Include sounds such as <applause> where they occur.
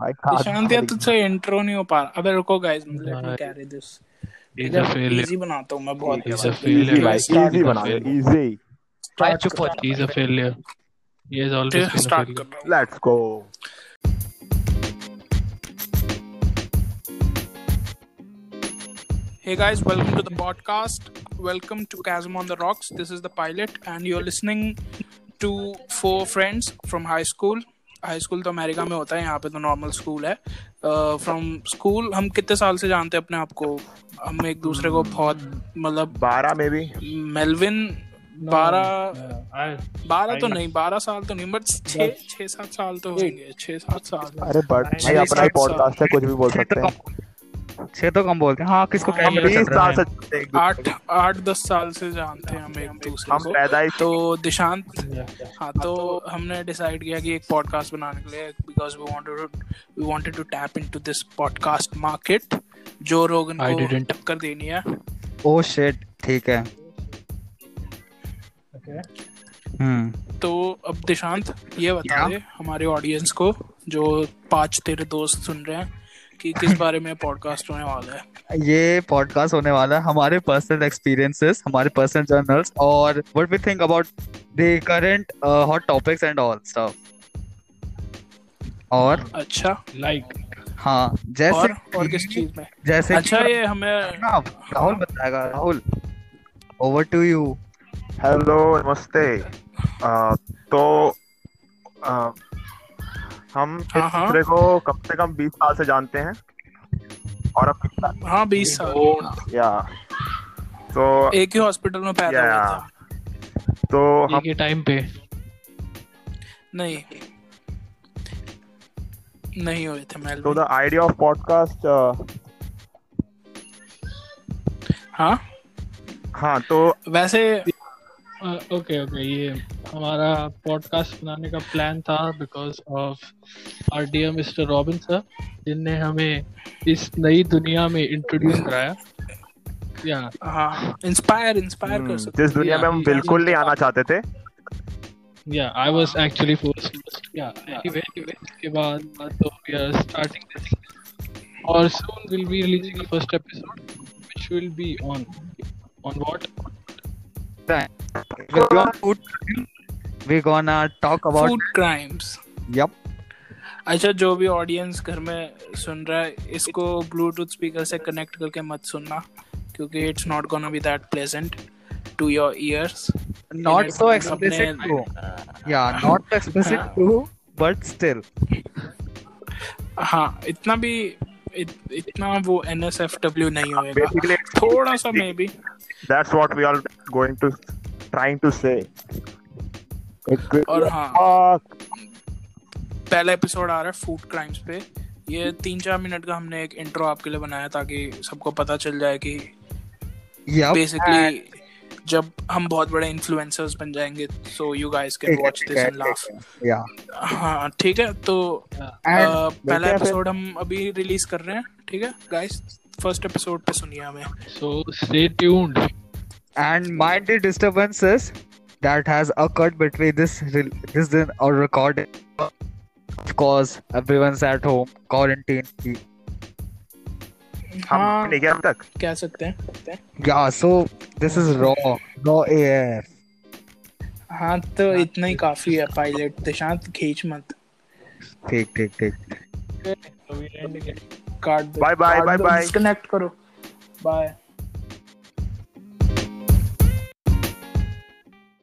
I can't. Nishant यार तो तुझसे इंट्रो नहीं हो पा रहा अबे रुको guys let me Nice. Carry this He's a failure. Easy बनाता हूं मैं बहुत अच्छा। He's a तो Easy, failure. like, Start easy कर बना fail. easy. भाई चुप हो जा, He's a failure. He has always been a start failure. कर रहा हूं Let's go. Hey guys, welcome to the podcast. Welcome to Chasm on the Rocks. This is the pilot, and you're listening to four friends from high school. High school तो America में होता है यहाँ पे तो नॉर्मल स्कूल है from school हम कितने साल से जानते हैं अपने आप को हम एक दूसरे को बहुत मतलब बारह में भी मेलविन बारह I- बारह तो नहीं बारह साल तो नहीं बट छः छः सात साल तो होंगे छः सात साल अरे बट भाई अपना छह ही सात साल। पॉडकास्ट है कुछ भी बोल सकते हैं छह तो कम बोलते हैं हाँ किसको हाँ, क्या हम मिला बीस सकता साल है? से एक दूसरे आठ आठ दस साल से जानते हैं हम एक दूसरे हम को पैदाइश तो दिशांत Yeah. हाँ तो हमने डिसाइड किया कि एक पॉडकास्ट बनाने के लिए because we wanted we wanted to tap into this podcast market जो रोगन I को didn't. टक्कर देनी है ओ शिट ठीक है हम्म तो अब दिशांत ये बता Yeah. दे हमारे ऑडियंस को जो पांच तेरे दोस्त सुन रहे हैं कि किस बारे में पॉडकास्ट होने वाला है ये पॉडकास्ट होने वाला है हमारे पर्सनल एक्सपीरियंसेस हमारे पर्सनल जर्नल्स और what we think about the current hot topics and all stuff और अच्छा Like, हाँ जैसे और और कि- <laughs> किस चीज में जैसे अच्छा कि- ये हमें ना राहुल बताएगा Rahul over to you hello नमस्ते अह, तो अह, हम एक हाँ, हाँ। दूसरे को कम से कम बीस साल से जानते हैं और अब कितना हाँ बीस साल या तो एक ही हॉस्पिटल में पैदा या हुआ था तो एक हम ही टाइम पे नहीं नहीं हुए थे तो Melbourne the idea of podcast हाँ हाँ तो वैसे ओके ओके Uh, ये हमारा पॉडकास्ट बनाने का प्लान था because of R D mister Robin sir जिनने हमें इस नई दुनिया में इंट्रोड्यूस कराया या हाँ इंस्पायर इंस्पायर कर हम्म, सकते जिस दुनिया में हम या- बिल्कुल नहीं आना चाहते थे या आई वाज एक्चुअली फोर्स्ड या एनीवे इसके बाद तो वी आर स्टार्टिंग दिस और soon will be releasing the first episode which will be on on what we're gonna, food, we're gonna talk about food crimes yep अच्छा जो भी audience घर में सुन रहा है इसको ब्लूटूथ स्पीकर से कनेक्ट करके मत सुनना क्योंकि it's not gonna be that pleasant to your ears not so अपने- explicit too. Yeah, not explicit too, but still. हाँ इतना भी इत, इतना वो एन एस एफ डब्ल्यू नहीं होएगा बेसिकली थोड़ा सा maybe that's what we are going to trying to say It will- और हाँ Fuck. पहला एपिसोड आ रहा है फूड क्राइम्स पे ये तीन चार मिनट का हमने एक इंट्रो आपके लिए बनाया ताकि सबको पता चल जाए कि Yep. बेसिकली जब हम बहुत बड़े इन्फ्लुएंसर्स बन जाएंगे so you guys can watch this and laugh Yeah. हाँ ठीक है तो अ, And पहला मिलते हैं फिर। एपिसोड हम अभी रिलीज कर रहे हैं ठीक है गाइस फर्स्ट एपिसोड पे सुनिए हमें so stay tuned and mind the disturbances that has occurred between this re- this din- or recording. Of course, everyone's at home, quarantine. हम हाँ नहीं गए अब तक कह सकते हैं Yeah, so this is raw, raw air. हाँ तो इतना ही काफी है पायलट दिशांत खींच मत Take, take, take. So we ending काट दो Bye, bye, काट bye, दो, bye. disconnect करो बाय